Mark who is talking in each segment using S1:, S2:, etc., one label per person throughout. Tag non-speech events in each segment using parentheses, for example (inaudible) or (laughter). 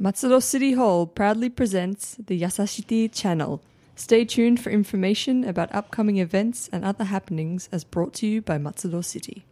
S1: Matsuro City Hall proudly presents the Yasashiti Channel. Stay tuned for information about upcoming events and other happenings as brought to you by Matsuro City.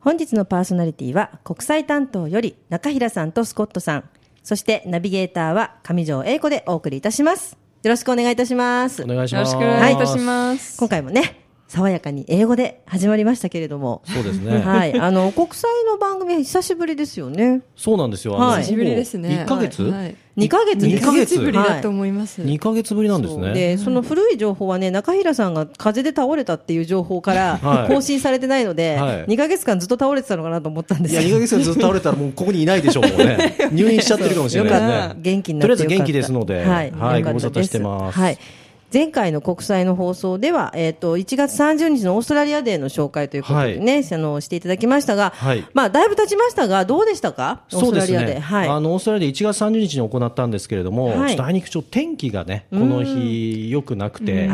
S2: 本日のパーソナリティは国際担当より中平さんとスコットさんそしてナビゲーターは上条英子でお送りいたしますよろしくお願いいたします
S3: お願いし
S1: よろ
S3: ま
S1: し
S3: す。
S1: くお願いいたします。
S2: 今回もね爽やかに英語で始まりましたけれども
S3: そうですね。
S2: はいあの国際の番組は久しぶりですよね
S3: そうなんですよ。
S2: はい
S1: 久しぶりですね。
S3: 1ヶ月、
S1: はいはい
S2: 2ヶ月
S1: 二
S2: です
S1: ヶ月ぶりだと
S2: はい
S1: 思います。
S3: ?2 ヶ月ぶりなんです
S2: そう
S3: ね。
S2: でその古い情報はね中平さんが風邪で倒れたっていう情報から
S3: はい
S2: 更新されてないので、
S3: はい
S2: 2ヶ月間ずっと倒れてたのかなと思ったんで
S3: い
S2: す
S3: や、2ヶ月間ずっと倒れたらもうここにいないでしょう、も
S2: (laughs)
S3: うね。入院しちゃってるかもしれ
S2: よ
S3: な
S2: か
S3: い
S2: っ
S3: です
S2: た
S3: ね。
S2: 元気になってよかった
S3: とりあえず元気ですので、
S2: はい、
S3: はい、
S2: よか
S3: ご
S2: ったで
S3: 無
S2: す
S3: 沙汰してます。
S2: はい。前回の国際の放送では、えっ、と、1月30日のオーストラリアデーの紹介ということでね、あの、していただきましたが、
S3: はい
S2: まあ、だいぶ経ちましたが、どうでしたかオー
S3: そ
S2: ス
S3: う
S2: ト
S3: で
S2: ラ
S3: す
S2: リアで。
S3: ね、
S2: はい。
S3: あのオーストラリアで1月30日に行ったんですけれども、
S2: はい
S3: ちょっとあいにくちょっと天気がね、この日、よくなくて、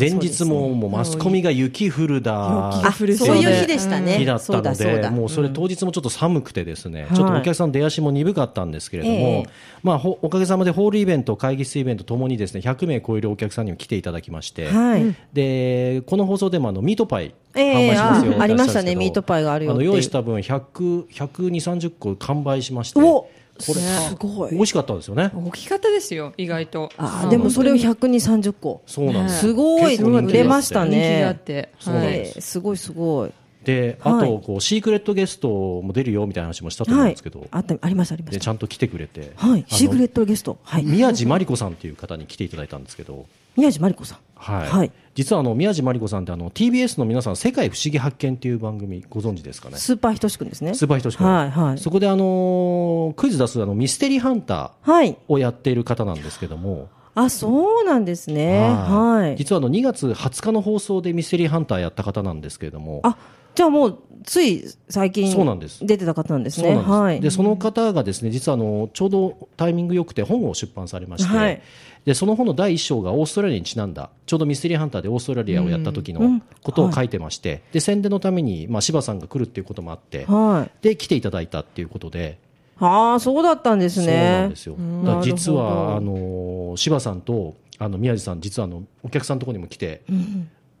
S3: 前日ももうマスコミが雪降るだ、
S2: あ、そう
S1: 古い
S2: いう日でしたね。
S3: 日だった
S2: そう
S3: の
S2: だ、そう
S3: で、
S2: だ。
S3: もうそれ当日もちょっと寒くてですね、ちょっと
S2: はい
S3: お客さんの出足も鈍かったんですけれど
S2: ええ
S3: も、まあほおかげさまでホールイベント、会議室イベントともにですね、100名超えるお客さんにも来ていただきまして、
S2: はい。
S3: でこの放送でもあのミートパイ
S2: ええ
S3: 販売しますよ、
S2: あありましたね
S3: お伝えんですけど
S2: ミートパイがあるよっていう
S3: の用意した分100 120、30個完売しまして、
S2: お
S3: これ
S1: すごい
S3: 美味しかったんですよね。
S1: 大きかったですよ、意外と。
S2: あ、でもそれを100に30個。
S3: そうなんです
S2: すごい、
S3: 結構人気があっ
S2: 売
S3: て
S2: れました
S1: 人気があっ
S2: ね。
S1: て。
S3: そうなん
S1: は
S3: です
S1: い
S2: ええすごい、すごい。
S3: で、あ
S2: はい
S3: とこうシークレットゲストも出るよみたいな話もしたと思うん
S2: は
S3: で
S2: い
S3: すけど、。
S2: あった、ありました、ありま
S3: で
S2: し
S3: ち
S2: た。
S3: ゃんと来てくれて、
S2: はい。
S3: あの
S2: シークレットゲスト。はい。
S3: 宮地真理子さんっていう方に来ていただいたんですけど、
S2: 宮地真理子さん。
S3: はい
S2: はい
S3: 実はあの宮地真理子さんってあの TBS の皆さん「世界不思議発見」っていう番組ご存知ですかね
S2: スーパーひとしくんですね。
S3: スーパーひとしくん
S2: はい、はい。
S3: そこであのークイズ出すあのミステリーハンター
S2: はい。
S3: をやっている方なんですけども、
S2: あ、そうなんですね。はい。
S3: 実はあの2月20日の放送でミステリーハンターやった方なんですけれども
S2: あ、じゃあもう、つい最近、
S3: そうなんです
S2: 出てた方なんです
S3: そう
S2: ね。
S3: なんです、
S2: はい。
S3: でその方がですね実はあのちょうどタイミングよくて本を出版されまして、
S2: はい
S3: でその本の第1章がオーストラリアにちなんだちょうどミステリーハンターでオーストラリアをやった時
S2: うんうん
S3: のことを書いてまして、で宣伝のために、まあ、柴さんが来るっていうこともあって、
S2: はい。
S3: で来ていただいたっていうことで。
S2: ああ、そうだったんです
S3: そうなん
S2: ね
S3: で。すよ。だから実はあの柴さんとあの宮地さん実はあのお客さんのところにも来て、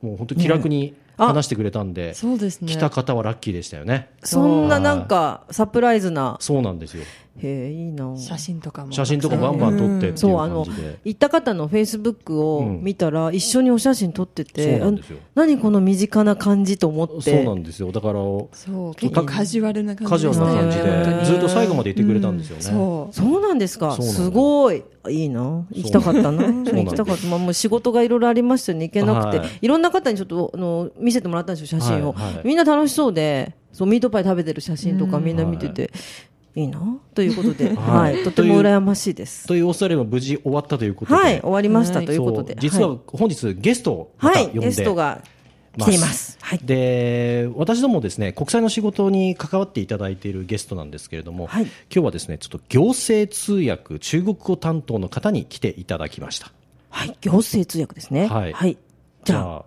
S3: もう本当気楽に話してくれたんで、
S1: そうですね。
S3: 来た方はラッキーでしたよね。
S2: そんななんか、サプライズな。
S3: そうなんですよ。
S2: へえ、いいな。
S1: 写真とかも。
S3: 写真とかバンバン撮ってってい
S2: そうう、あの
S3: 感じで、。
S2: 行った方のフェイスブックを見たら、一緒にお写真撮ってて、
S3: そうなんですよ
S2: あ何この身近な感じと思って。
S3: そうなんですよ。だから
S1: そう、結構カジュアルな感じ
S3: カジュアルな感じ
S1: でしたよ
S3: で
S1: ね
S3: ずっと最後までいてくれたんですよね。
S1: そう。
S2: そうなんですか。
S3: そうなの
S2: すごい。いいな。行きたかったな。行きたかった。まあ、もう仕事がいろいろありましたね。行けなくて、
S3: はいい、
S2: ろんな方にちょっと、あの、見せてもらったんですよ、写真を。
S3: はいはい
S2: みんな楽しそうで、そう、ミートパイ食べてる写真とかみんな見てて、い、いな。ということで、は、
S3: はいい
S2: とても羨ましいです。
S3: というオーストラリアも無事終わったということで、
S2: はい。終わりました、
S1: はい
S2: ということで
S3: そ。う実
S2: は
S3: は本日ゲストをまた
S2: い、
S3: 呼んで、
S2: はい、ゲストが来ています。はい。
S3: で私どもですね国際の仕事に関わっていただいているゲストなんですけれども、
S2: はい
S3: 今日はですねちょっと行政通訳中国語担当の方に来ていただきました
S2: はい。行政通訳ですね。
S3: はい
S2: じゃあ、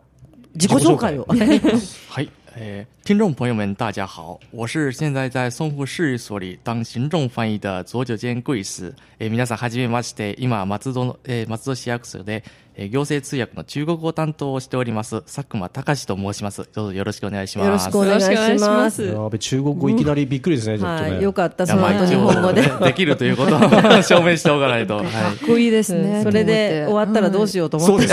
S2: 自己紹介を。
S3: 自 (laughs) 己紹介
S4: 嗨，哎，听众朋友们，大家好，我是现在在淞沪市役所里当行政翻译的佐久间贵司。え、皆さんはじめまして。今松戸のえー松戸市役所でえー行政通訳の中国語担当をしております佐久間隆史と申します。どうぞよろしくお願いします。
S2: よろしくお願い
S1: よろく
S2: しま
S1: お
S2: す。
S1: 願いし
S3: やべ中国語いきなりびっくりですね、ちょっと
S2: は
S3: ね、
S2: い。よかった、
S4: い
S2: その
S4: やまあ
S2: 後
S4: 一
S2: 日
S4: 応
S2: 本語で。
S4: ねできるということを (laughs) 証明しておかないと。はい。
S1: す。かっこいいです
S2: う
S1: ね。
S2: んそれで終わったらどうし
S1: よ
S2: ようと思って、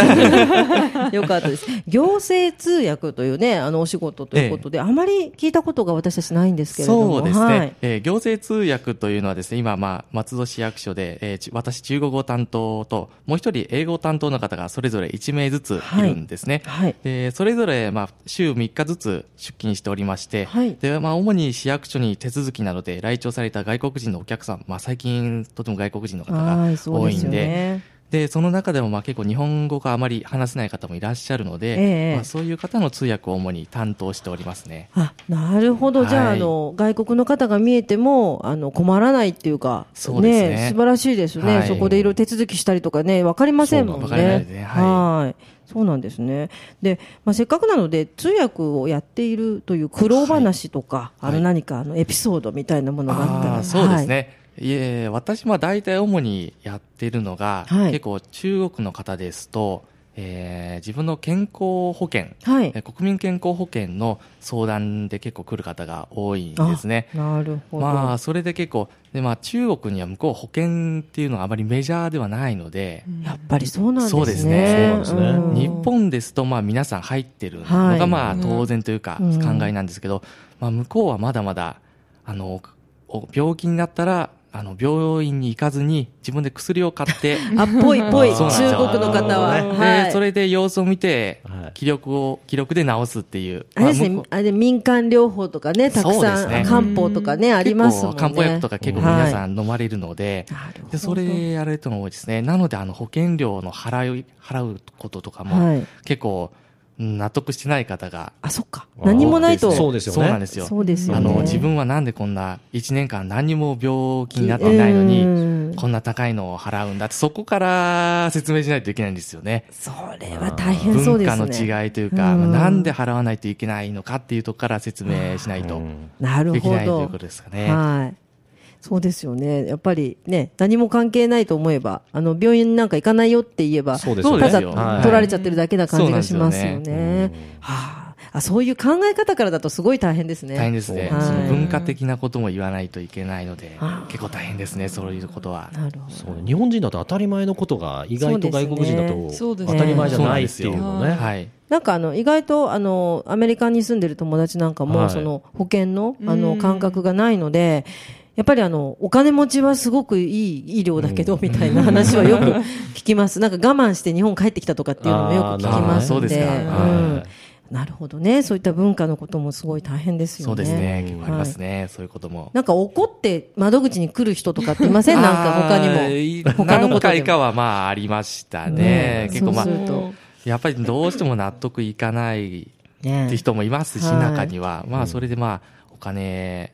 S2: (laughs) よかったです行政通訳というねあのお仕事ということで、あまり聞いたことが私たちないんですけれども
S4: そうですね、
S2: はい
S4: えー行政通訳というのはですね、今、まあ、松戸市役所で、えーち私、中国語担当と、もう一人、英語担当の方がそれぞれ1名ずついるんですね。
S2: はい
S4: でそれぞれ、まあ、週3日ずつ出勤しておりまして、
S2: はい
S4: でまあ、主に市役所に手続きなどで来庁された外国人のお客さん、まあ、最近、とても外国人の方
S2: は
S4: が
S2: いそう
S4: 多
S2: で
S4: いん
S2: す
S4: で、
S2: よね
S4: でその中でもまあ結構日本語があまり話せない方もいらっしゃるので、
S2: ええ
S4: まあ、そういう方の通訳を主に担当しておりますね。
S2: あなるほど、じゃあ
S4: は
S2: あ
S4: い
S2: の外国の方が見えてもあの困らないっていうか
S4: そうですね
S2: 素晴らしいですね、
S4: はい
S2: そこでいろいろ手続きしたりとかね分かりませんもんね
S4: そうなんですわかりませんねはい
S2: はいそうなんですね。で、まあ、せっかくなので、通訳をやっているという苦労話とか、
S4: はい
S2: あの
S4: はい
S2: 何かあのエピソードみたいなものがあったら、
S4: あーそうです
S2: はい。
S4: ね。いえ、私は大体主にやってるのが、
S2: はい
S4: 結構中国の方ですと、えー自分の健康保険、
S2: はい
S4: えー国民健康保険の相談で結構来る方が多いんですね。
S2: なるほど。
S4: まあ、それで結構、でまあ、中国には向こう保険っていうのはあまりメジャーではないので、
S2: やっぱりそうなんですね。
S4: そうですね
S3: そうなん
S2: ん
S3: で
S4: 日本ですと、まあ、皆さん入ってるの
S2: はい
S4: が、まあ、当然というか、
S2: うん
S4: 考えなんですけど、まあ、向こうはまだまだ、あの、お病気になったら、あの、病院に行かずに、自分で薬を買
S2: (laughs)
S4: って、
S2: あ、ぽいぽい、
S4: (laughs) そ
S2: 中
S4: うなんですよ
S2: 国の方は。
S3: ね
S2: は
S4: で、
S2: い。
S4: それで様子を見て
S3: はい、
S4: 気力を、気力で治すっていう。
S2: あれです
S4: ま
S2: ね
S4: あ向こ、
S2: あれ民間療法とかね、たく
S4: そうで
S2: さ
S4: す
S2: ん、
S4: ね
S2: 漢方とかね、
S4: う
S2: ありますもんね。
S4: 結構漢方薬とか結構皆さ
S2: ん。
S4: ん飲まれるので、
S2: なるほど
S4: でそれやられても多いですね。なので、あの、保険料の払い、払うこととかも、
S2: はい。
S4: 結構、うん納得してない方が
S2: あ、そっか。
S3: あー
S2: 何もないと。
S3: そうですよね
S4: そうなんですよ。
S2: そうですよね。
S4: あの自分はなんでこんな1年間何にも病気になっていないのに、
S2: に
S4: こんな高いのを払うんだって、そこから説明しないといけないんですよね。
S2: それは大変そう
S4: 文
S2: で
S4: 化
S2: す
S4: の
S2: ね。
S4: 違いというか、
S2: うん
S4: まあなんで払わないといけないのかっていうところから説明しない
S3: う
S4: と
S3: ん
S2: なる
S4: でき
S2: ほ
S4: ないという
S2: ど
S4: こ。とですかね。
S2: はい。そうですよね。やっぱりね、何も関係ないと思えば、あの、病院なんか行かないよって言えば、
S3: そうですよ
S4: そう
S3: ね
S4: で
S2: た
S4: す
S2: だ
S4: よ。
S3: はい
S2: 取られちゃってるだけな感じがします
S4: そ
S2: よ
S4: うなんで
S2: ね。はああ、そういう考え方からだとすごい大変ですね。
S4: 大変ですね。
S2: はい
S4: その文化的なことも言わないといけないので
S2: あ、
S4: 結構大変ですね、そういうことは。
S2: なるほど。
S3: そうね日本人だと当たり前のことが意外と外国人だと
S1: そうです
S3: 当
S1: ね
S3: たり前じゃないっていう
S1: そう
S3: の
S1: なん
S3: ね。
S4: はい。
S2: なんかあの意外とあのアメリカに住んでる友達なんかも、
S3: はい
S2: その保険のあ
S1: う
S2: の
S1: ん
S2: 感覚がないので、やっぱりあのお金持ちはすごくいい医療だけど、みたいな話はよく聞きます。なんか我慢して日本帰ってきたとかっていうのもよく聞きますんで。
S4: あー
S2: うん
S3: はい
S4: なるほどねそうですか
S2: なるほどね。そういった文化のこともすごい大変ですよね。
S4: そうですね。結構ありますね、そういうことも。
S2: なんか怒って窓口に来る人とかっていませんなんか他に
S4: あーい
S2: も。他のこ
S4: 何
S2: とで
S4: 回か
S2: も。
S4: はまあありましたね。結構まあ
S2: そ、うすると。
S4: やっぱりどうしても納得いかないっ
S2: ね
S4: て人もいますし、
S2: はい
S4: 中には。まあ、それでまあ、お金、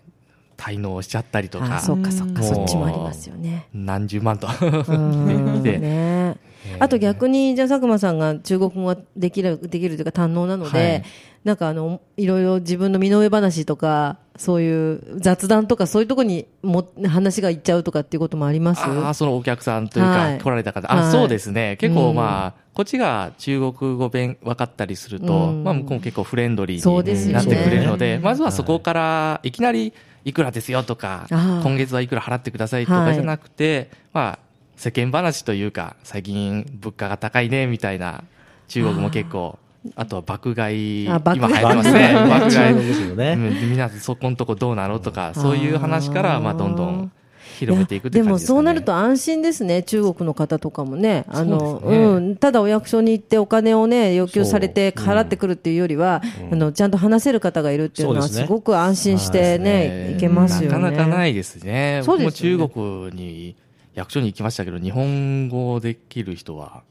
S4: 滞納しちゃったりと
S2: あ
S4: か
S2: ー、そっかそっか、
S4: もう
S2: そっちもありますよね。
S4: 何十万と。 (laughs)
S2: うん
S4: で
S2: ねあと逆に、じゃあ佐久間さんが中国語ができる、できるというか堪能なので、
S4: はい
S2: なんかあの、いろいろ自分の身の上話とか、そういう雑談とかそういうとこにも話がいっちゃうとかっていうこともあります
S4: ああ、そのお客さんという
S2: は
S4: か
S2: い、
S4: 来られた方。
S2: は
S4: あ、
S2: い
S4: そうですね。結構まあ、こっちが中国語弁分かったりすると、
S2: うん
S4: まあ、向こうも結構フレンドリ
S2: そうです
S4: ー
S2: よ
S4: に
S2: ね
S4: なってくれるので、
S1: うん
S4: まずはそこから、いきなり、いくらですよとか、
S2: あー
S4: 今月はいくら払ってくださいとかじゃなくて、まあ、世間話というか、最近物価が高いね、みたいな、中国も結構、あとは爆買い、
S2: あ
S4: 今
S2: 爆
S4: 流行
S2: 買い
S4: ってます
S3: (laughs)
S4: ね。爆買
S3: 中
S4: い。
S3: 国人の
S4: う
S3: ね。
S4: んみんなそこんとこどうなのとか、そういう話から、まあ、どんどん広めていくっ
S2: で
S4: て感じ
S2: も
S4: ですかね。
S2: そうなると安心ですね、中国の方とかもね、あの
S4: そうですね
S2: ん、ただお役所に行ってお金を、ね、要求されて払ってくるっていうよりは、あのちゃんと話せる方がいるっていうのは、
S3: そうです
S2: す
S3: ね
S2: ごく安心して、ねいけますよね。
S4: なかなかないですね。
S2: そう
S4: 僕
S2: で
S4: も
S2: すよね
S4: 中国に役所に行きましたけど、日本語できる人は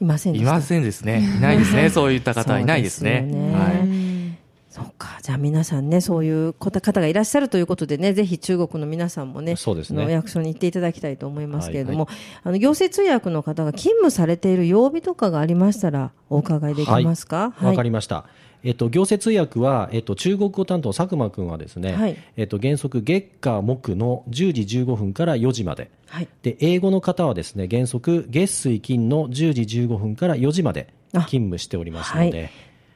S4: い
S2: ませんで
S4: い
S2: した
S4: ませんですね。いないですね。そういった方はいないですね。
S2: そうですよ
S4: はい。
S2: そうか、じゃあ皆さんね、そういう方がいらっしゃるということでね、ぜひ中国の皆さんもね、
S3: (laughs) そうですね
S2: あの役所に行っていただきたいと思いますけれども、あの行政通訳の方が勤務されている曜日とかがありましたら、お伺いできますか。
S3: わ、かりました。えっと、行政通訳は、えっと、中国語担当佐久間君はですね、
S2: はい
S3: えっと、原則月火木の10時15分から4時まで。
S2: はい。
S3: で英語の方はですね原則月水金の10時15分から4時まで勤務しておりますので、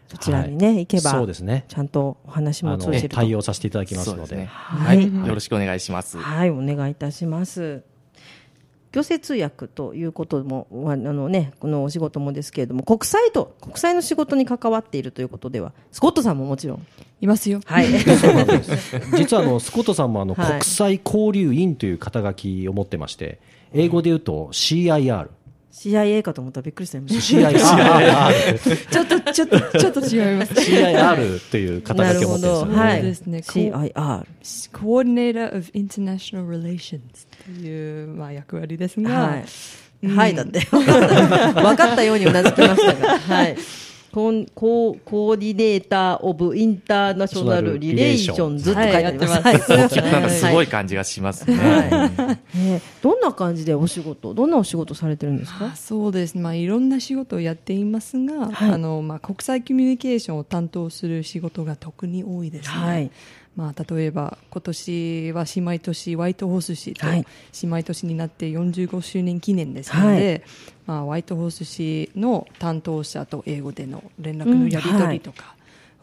S2: あそちらにね、行けば。
S3: そうですね
S2: ちゃんとお話
S3: あ
S2: も通
S3: の
S2: じると。
S3: 対応させていただきますの
S4: そう
S3: で
S4: ですね
S2: は
S4: はいい。よろしくお願いします。
S2: はい、お願いいたします。行政通訳ということも、あのね、このお仕事もですけれども、国際と、国際の仕事に関わっているということでは、スコットさんももちろん。
S1: いますよ。
S3: (laughs)
S2: はい。
S3: そうなんです実はあのスコットさんもあの
S2: はい
S3: 国際交流員という肩書きを持ってまして英語で言うと CIR。
S2: CIA かと思ったらびっくりした。
S3: CIR
S1: ちょっと、ちょっと、ちょっと違います。 (laughs)
S3: CIR という肩書きを持ってますよ
S1: なるほど
S3: ね、
S2: は
S1: そう
S2: い。
S1: ですね
S2: CIR。
S1: Coordinator of International Relations という、まあ、役割ですが、
S2: はい。はい、だって。分かったようにうなずきましたが。はい。コンコーコーディネーター・オブ・インターナショナル・リレーションズって書いてあります。
S1: はいやって
S2: は
S1: ま
S2: い
S1: す
S4: なんかすごい感じがしますね。
S2: ねどんな感じでお仕事、どんなお仕事されてるんです
S1: あ
S2: か
S1: そうですね、まあ、いろんな仕事をやっていますが、
S2: はい
S1: あのまあ、国際コミュニケーションを担当する仕事が特に多いですね、
S2: はい
S1: まあ、例えば今年は姉妹都市ワイトホース市と
S2: はい
S1: 姉妹都市になって45周年記念ですので、まあ、ワイトホース市の担当者と英語での連絡のやり
S2: うんは
S1: 取
S2: い
S1: りとか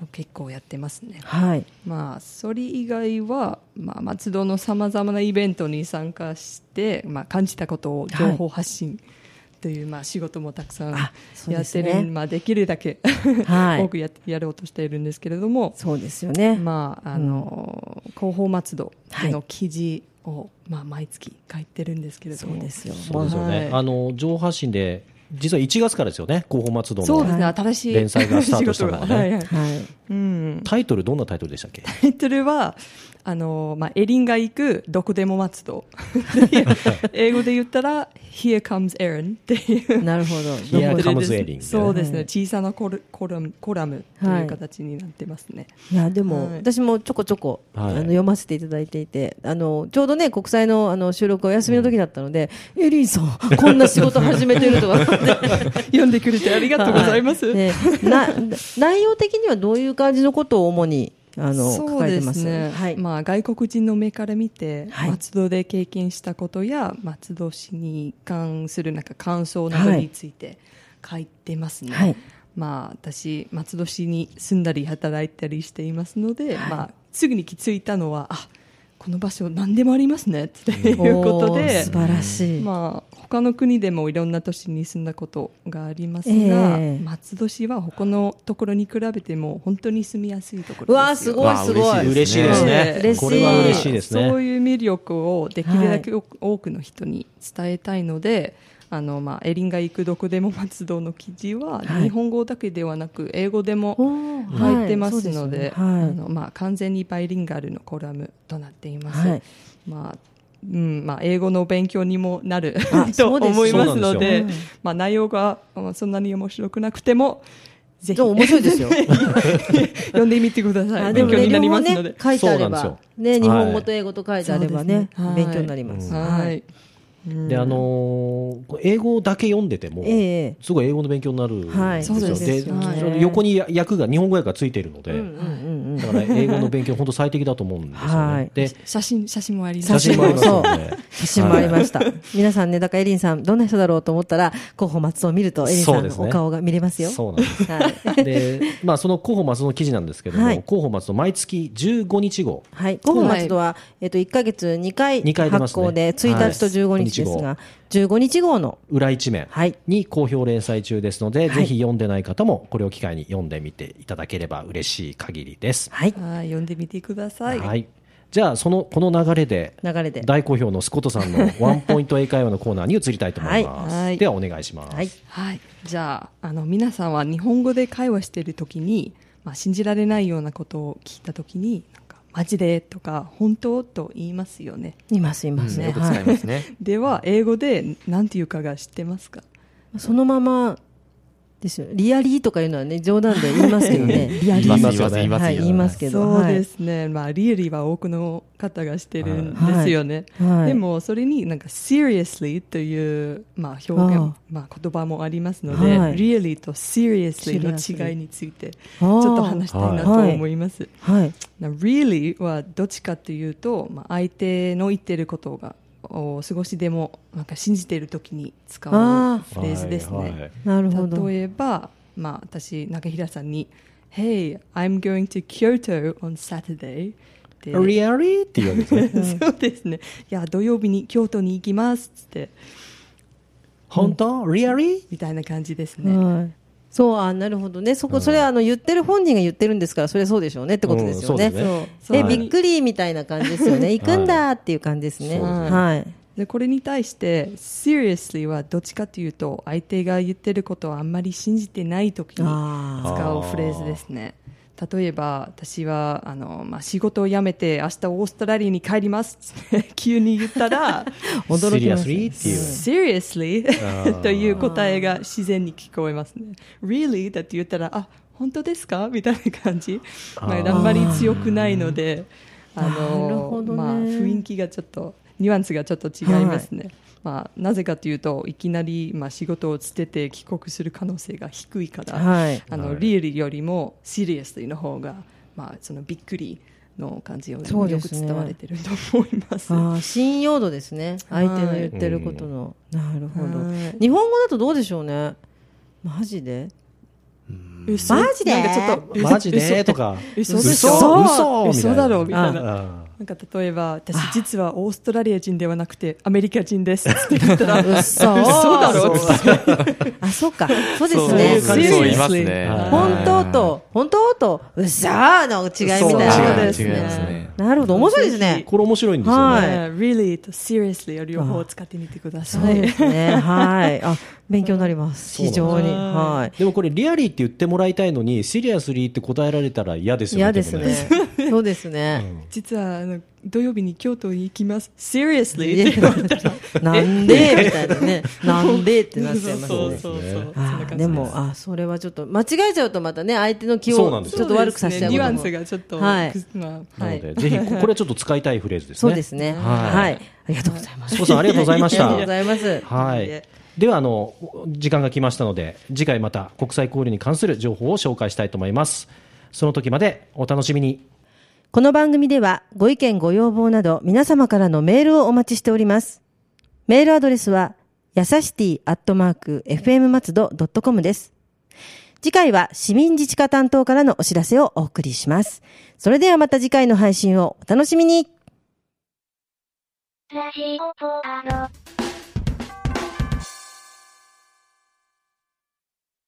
S1: を結構やってますね。
S2: はい。
S1: まあ、それ以外は、まあ、松戸のさまざまなイベントに参加して、まあ、感じたことを情報発信という、まあ、仕事もたくさん
S2: あそう
S1: や
S2: で
S1: っ
S2: す
S1: て
S2: ね
S1: る、まあ、できるだけ、
S2: (laughs) は
S1: (laughs)
S2: い
S1: 多くややろうとしているんですけれども、
S2: そうですよね。
S1: まああの広報松戸での記事を、まあ、毎月書いてるんですけれど
S2: そ
S1: も
S2: うですよ。
S3: そうですよね、
S2: は
S3: あの情報発信で実は1月からですよね広報松戸
S1: そう
S3: の
S1: ですね新しい
S3: 連載がスタートしたのがね
S1: (laughs) 仕事はいはい
S2: い。はい。
S1: うん、
S3: タイトルどんなタイトルでしたっけ
S1: タイトルは、あの、まあ、エリンが行く、どこでも松
S3: (laughs)
S1: 戸。っていう英語で言ったら、Here comes Erin っていう。
S2: なるほど。
S3: いや
S1: タイトル (laughs) です
S3: Here comes Erin
S1: そうですね。
S2: はい
S1: 小さなコルコラム、コラムという形になってますね。
S2: いやでも、
S1: はい
S2: 私もちょこちょこ、
S3: はい
S2: あの読ませていただいていてあのちょうどね国際のあの収録お休みの時だったので、エリーさんこんな仕事始めてるとか
S1: 読んでくれてありがとうございます。
S2: ねな (laughs) 内容的にはどういう感じのことを主にあの書
S1: そ
S2: か
S1: う
S2: れ
S1: で
S2: てますす
S1: ね、
S2: はい、
S1: まあ、外国人の目から見て、
S2: はい
S1: 松戸で経験したことや松戸市に関するなんか感想などについて書いてますね、
S2: はい
S1: まあ、私松戸市に住んだり働いたりしていますので、まあ、すぐに気づいたのはあこの場所何でもありますねっていう (laughs) こと
S2: おー
S1: で
S2: 素。晴らしい、
S1: まあ、他の国でもいろんな都市に住んだことがありますが、
S2: ええ
S1: 松戸市は他のところに比べても本当に住みやすいところです
S2: う
S1: よ
S2: わーすごい
S4: わ
S2: す
S4: あ
S2: ごい
S4: 嬉しいです
S3: ね
S1: ね
S2: 嬉しい
S3: これは嬉しいですね
S1: そういう魅力をできるだけ多く多くの人に伝えたいので、あのまあエリンが行くどこでも松戸の記事は
S2: はい
S1: 日本語だけではなく英語で
S2: お
S1: も
S2: ーはい
S1: 入ってますので、
S2: そうよ
S1: あ
S2: ね
S1: のまあ完全にバイリンガルのコラムとなっています。
S2: はい
S1: まあ。うんまあ、英語の勉強にもなる (laughs)
S2: あ
S1: と
S2: そうです
S1: 思いますので
S2: そうなんですよ
S1: まあ、内容がまあそんなに面白くなくてもぜひ
S2: でも面白いですよ
S1: 読んでみてくださ
S2: あ
S1: い
S2: で
S1: 勉
S2: も
S1: 強
S2: ね
S1: になりま
S2: 両方
S1: すの
S2: ね
S1: で。
S2: 書いてあれ
S3: そうなん
S2: ば
S3: ですよ
S2: ね日本語と英語と書いてあればね,、
S1: そうですねはい
S2: 勉強になります、
S1: はい
S3: であのーこう英語だけ読んでても、
S2: ええ
S3: すごい英語の勉強になるんですよ、
S2: はい
S1: そうですよね
S3: で横に役が日本語訳がついているので、
S2: うんうんうん
S3: だから英語の勉強本当最適だと思うんですよね、
S2: はい
S3: で
S1: 写真写真もあります
S2: 写真も
S3: ありますよね
S2: 写真もありました。 (laughs) 皆さんね、だからエリンさん、どんな人だろうと思ったら、候補松尾を見ると、エリン
S3: そ
S2: さ
S3: うんです
S2: の
S3: ね
S2: お顔が見れますよ。
S3: そうなんです
S2: はい。
S3: で、まあ、その広報松戸の記事なんですけども、
S2: はい
S3: 広報松戸毎月15日号
S2: はい。候補松戸は、えっと、1ヶ月2回
S3: 二回出ま
S2: 発
S3: すね
S2: 行で、1日と15日です
S3: は
S2: が、15日号の、
S3: 裏一面
S2: はい。
S3: に好評連載中ですので、
S2: はい
S3: ぜひ読んでない方もこれを機会に読んでみていただければ嬉しい限りです。
S2: はい。
S1: はい読んでみてください。
S3: はい、じゃあそのこの流れで
S2: 流れで。
S3: 大好評のスコットさんのワンポイント英会話のコーナーに移りたいと思います。
S1: はいはい
S3: ではお願いします。
S2: はい。
S1: はい、じゃああの皆さんは日本語で会話している時に、まあ、信じられないようなことを聞いた時になんかマジでとか本当と言いますよね
S2: います、います。
S1: うん
S4: よく
S2: は
S4: 使い
S2: い。
S4: ますね。
S1: では英語で何て言うかが知ってますか
S2: そのまま、ですよ。リアリーとかいうのはね、冗談で言いますけど
S3: (laughs)
S2: ね。リア
S4: 言
S2: リー。
S4: います、言います、言います。
S2: はい、言いますけど。。
S1: そうですすね、まあ、リアリーは多くの方がしてるんですよね、
S2: はいはい
S1: でもそれになんか seriously という、まあ、表現
S2: ああ
S1: まあ、言葉もありますので、
S2: はい
S1: really と seriously の違いについてち
S2: あー
S1: ょっと話したいなと思います、
S2: はい。
S1: な really はどっちかというと、まあ、相手の言ってることがお少しでもなんか信じている時に使うフ
S2: あー
S1: レーズですね、
S3: はいはい
S2: なるほど。
S1: 例えば、まあ、私中平さんに「Hey, I'm going to Kyoto on Saturday」って
S3: リアリーって言うんで
S2: (laughs)
S3: すね。
S1: (laughs) そうですね「いや土曜日に京都に行きます」っつって
S3: 本当リアリー
S1: みたいな感じですね、
S2: はい。そう、あ、なるほどね。そこ、それ、あの、言ってる本人が言ってるんですから、それそうでしょうねってことですよね。
S3: うんそうです
S1: ね
S2: え、
S1: はい
S2: びっくりみたいな感じですよね。行くんだっていう感じですね。
S3: そうです
S1: ね
S2: はい。
S1: でこれに対して「Seriously」はどっちかというと相手が言ってることをあんまり信じてない時に
S2: あ
S1: 使うフレーズですね例えば私はあの、まあ、仕事を辞めて明日オーストラリアに帰りますって (laughs) 急に言ったら
S2: 驚きます。
S3: Seriously っていう
S1: Seriously?
S3: あー
S1: という答えが自然に聞こえますね。Really? だって言ったら、あ、本当ですかみたいな感じ。
S3: あ
S1: あ
S3: ー
S1: あんまり強くないので、あ
S2: なるほ
S1: の、
S2: どね
S1: まあ、雰囲気がちょっと、ニュアンスがちょっと違いますね。まあ、なぜかというと、いきなり、まあ、仕事を捨てて帰国する可能性が低いから、
S2: はい。
S1: あ
S3: は
S1: の
S3: い
S1: リアルよりもシリアスの方が、まあ、そのびっくりの感じを、
S2: そうで
S1: よく
S2: すね
S1: 伝われてると思います。
S2: ああ、信用度ですね。相手の言ってることの。なるほど。日本語だとどうでしょうね。マジで
S1: 嘘
S2: マジで
S1: なんかちょっと
S3: マジでとか
S1: 嘘
S2: 嘘
S1: でしょ
S2: 嘘
S3: 嘘
S1: 嘘だろみたいな。
S3: な
S1: なんか例えば私実はオーストラリア人ではなくてアメリカ人です (laughs) って言ったら嘘だろ (laughs) って
S2: あ、そうか。そうで
S4: そ
S2: す
S4: うそうい
S2: ね。
S4: う感じそう言います
S1: Seriously
S4: ね。
S3: はい
S2: 本当と、本当と、うっさーの違いみたいな。
S1: そう
S4: 違
S1: で
S4: い
S1: すね
S4: 違いますね。
S2: なるほど、面白いですね。
S3: これ面白いんですよね、
S2: はい
S1: ね really と seriously を両方使ってみてくだ
S2: そ
S1: さ
S2: う
S1: い
S2: ですね。はい。あ、勉強になります。非常に。
S1: そうなんです
S2: はい。
S3: でもこれリアリーって言ってもらいたいのにシリアスリーって答えられたら嫌ですよね
S2: 嫌ですね。そうです
S3: でも
S2: ね。
S3: ね
S1: 実はあの土曜日に京都に行きます seriously って言われたら
S2: (laughs) なんでみたいなね。なんでってなっちゃいます
S1: そう
S2: ね。
S1: そうそうそうそんな
S2: あ
S1: 感じ
S2: ー
S1: す
S2: でも、あ、それはちょっと、間違えちゃうとまたね、相手の気
S3: そうなん
S2: を
S3: です
S2: ち
S3: よ
S2: ょっと悪くさせちゃうこ
S1: ニ
S2: と
S1: ュ
S2: も
S1: アンスがちょっと
S2: はい
S1: くすまあ
S3: な
S1: は
S3: の
S1: い
S3: で、ぜひここれちょっと使いたいフレーズですね
S2: そうですね。
S3: はい
S2: はい。ありがとうございます。
S3: スコさんありがとうございまし
S2: (laughs)
S3: た
S2: ありがとうございます。
S3: はい。ではあの時間が来ましたので次回また国際交流に関する情報を紹介したいと思いますその時までお楽しみに
S2: この番組ではご意見ご要望など皆様からのメールをお待ちしております。メールアドレスは、やさしティアットマーク FM 松戸 .com です。次回は市民自治課担当からのお知らせをお送りします。それではまた次回の配信をお楽しみに
S5: ラジオポアド。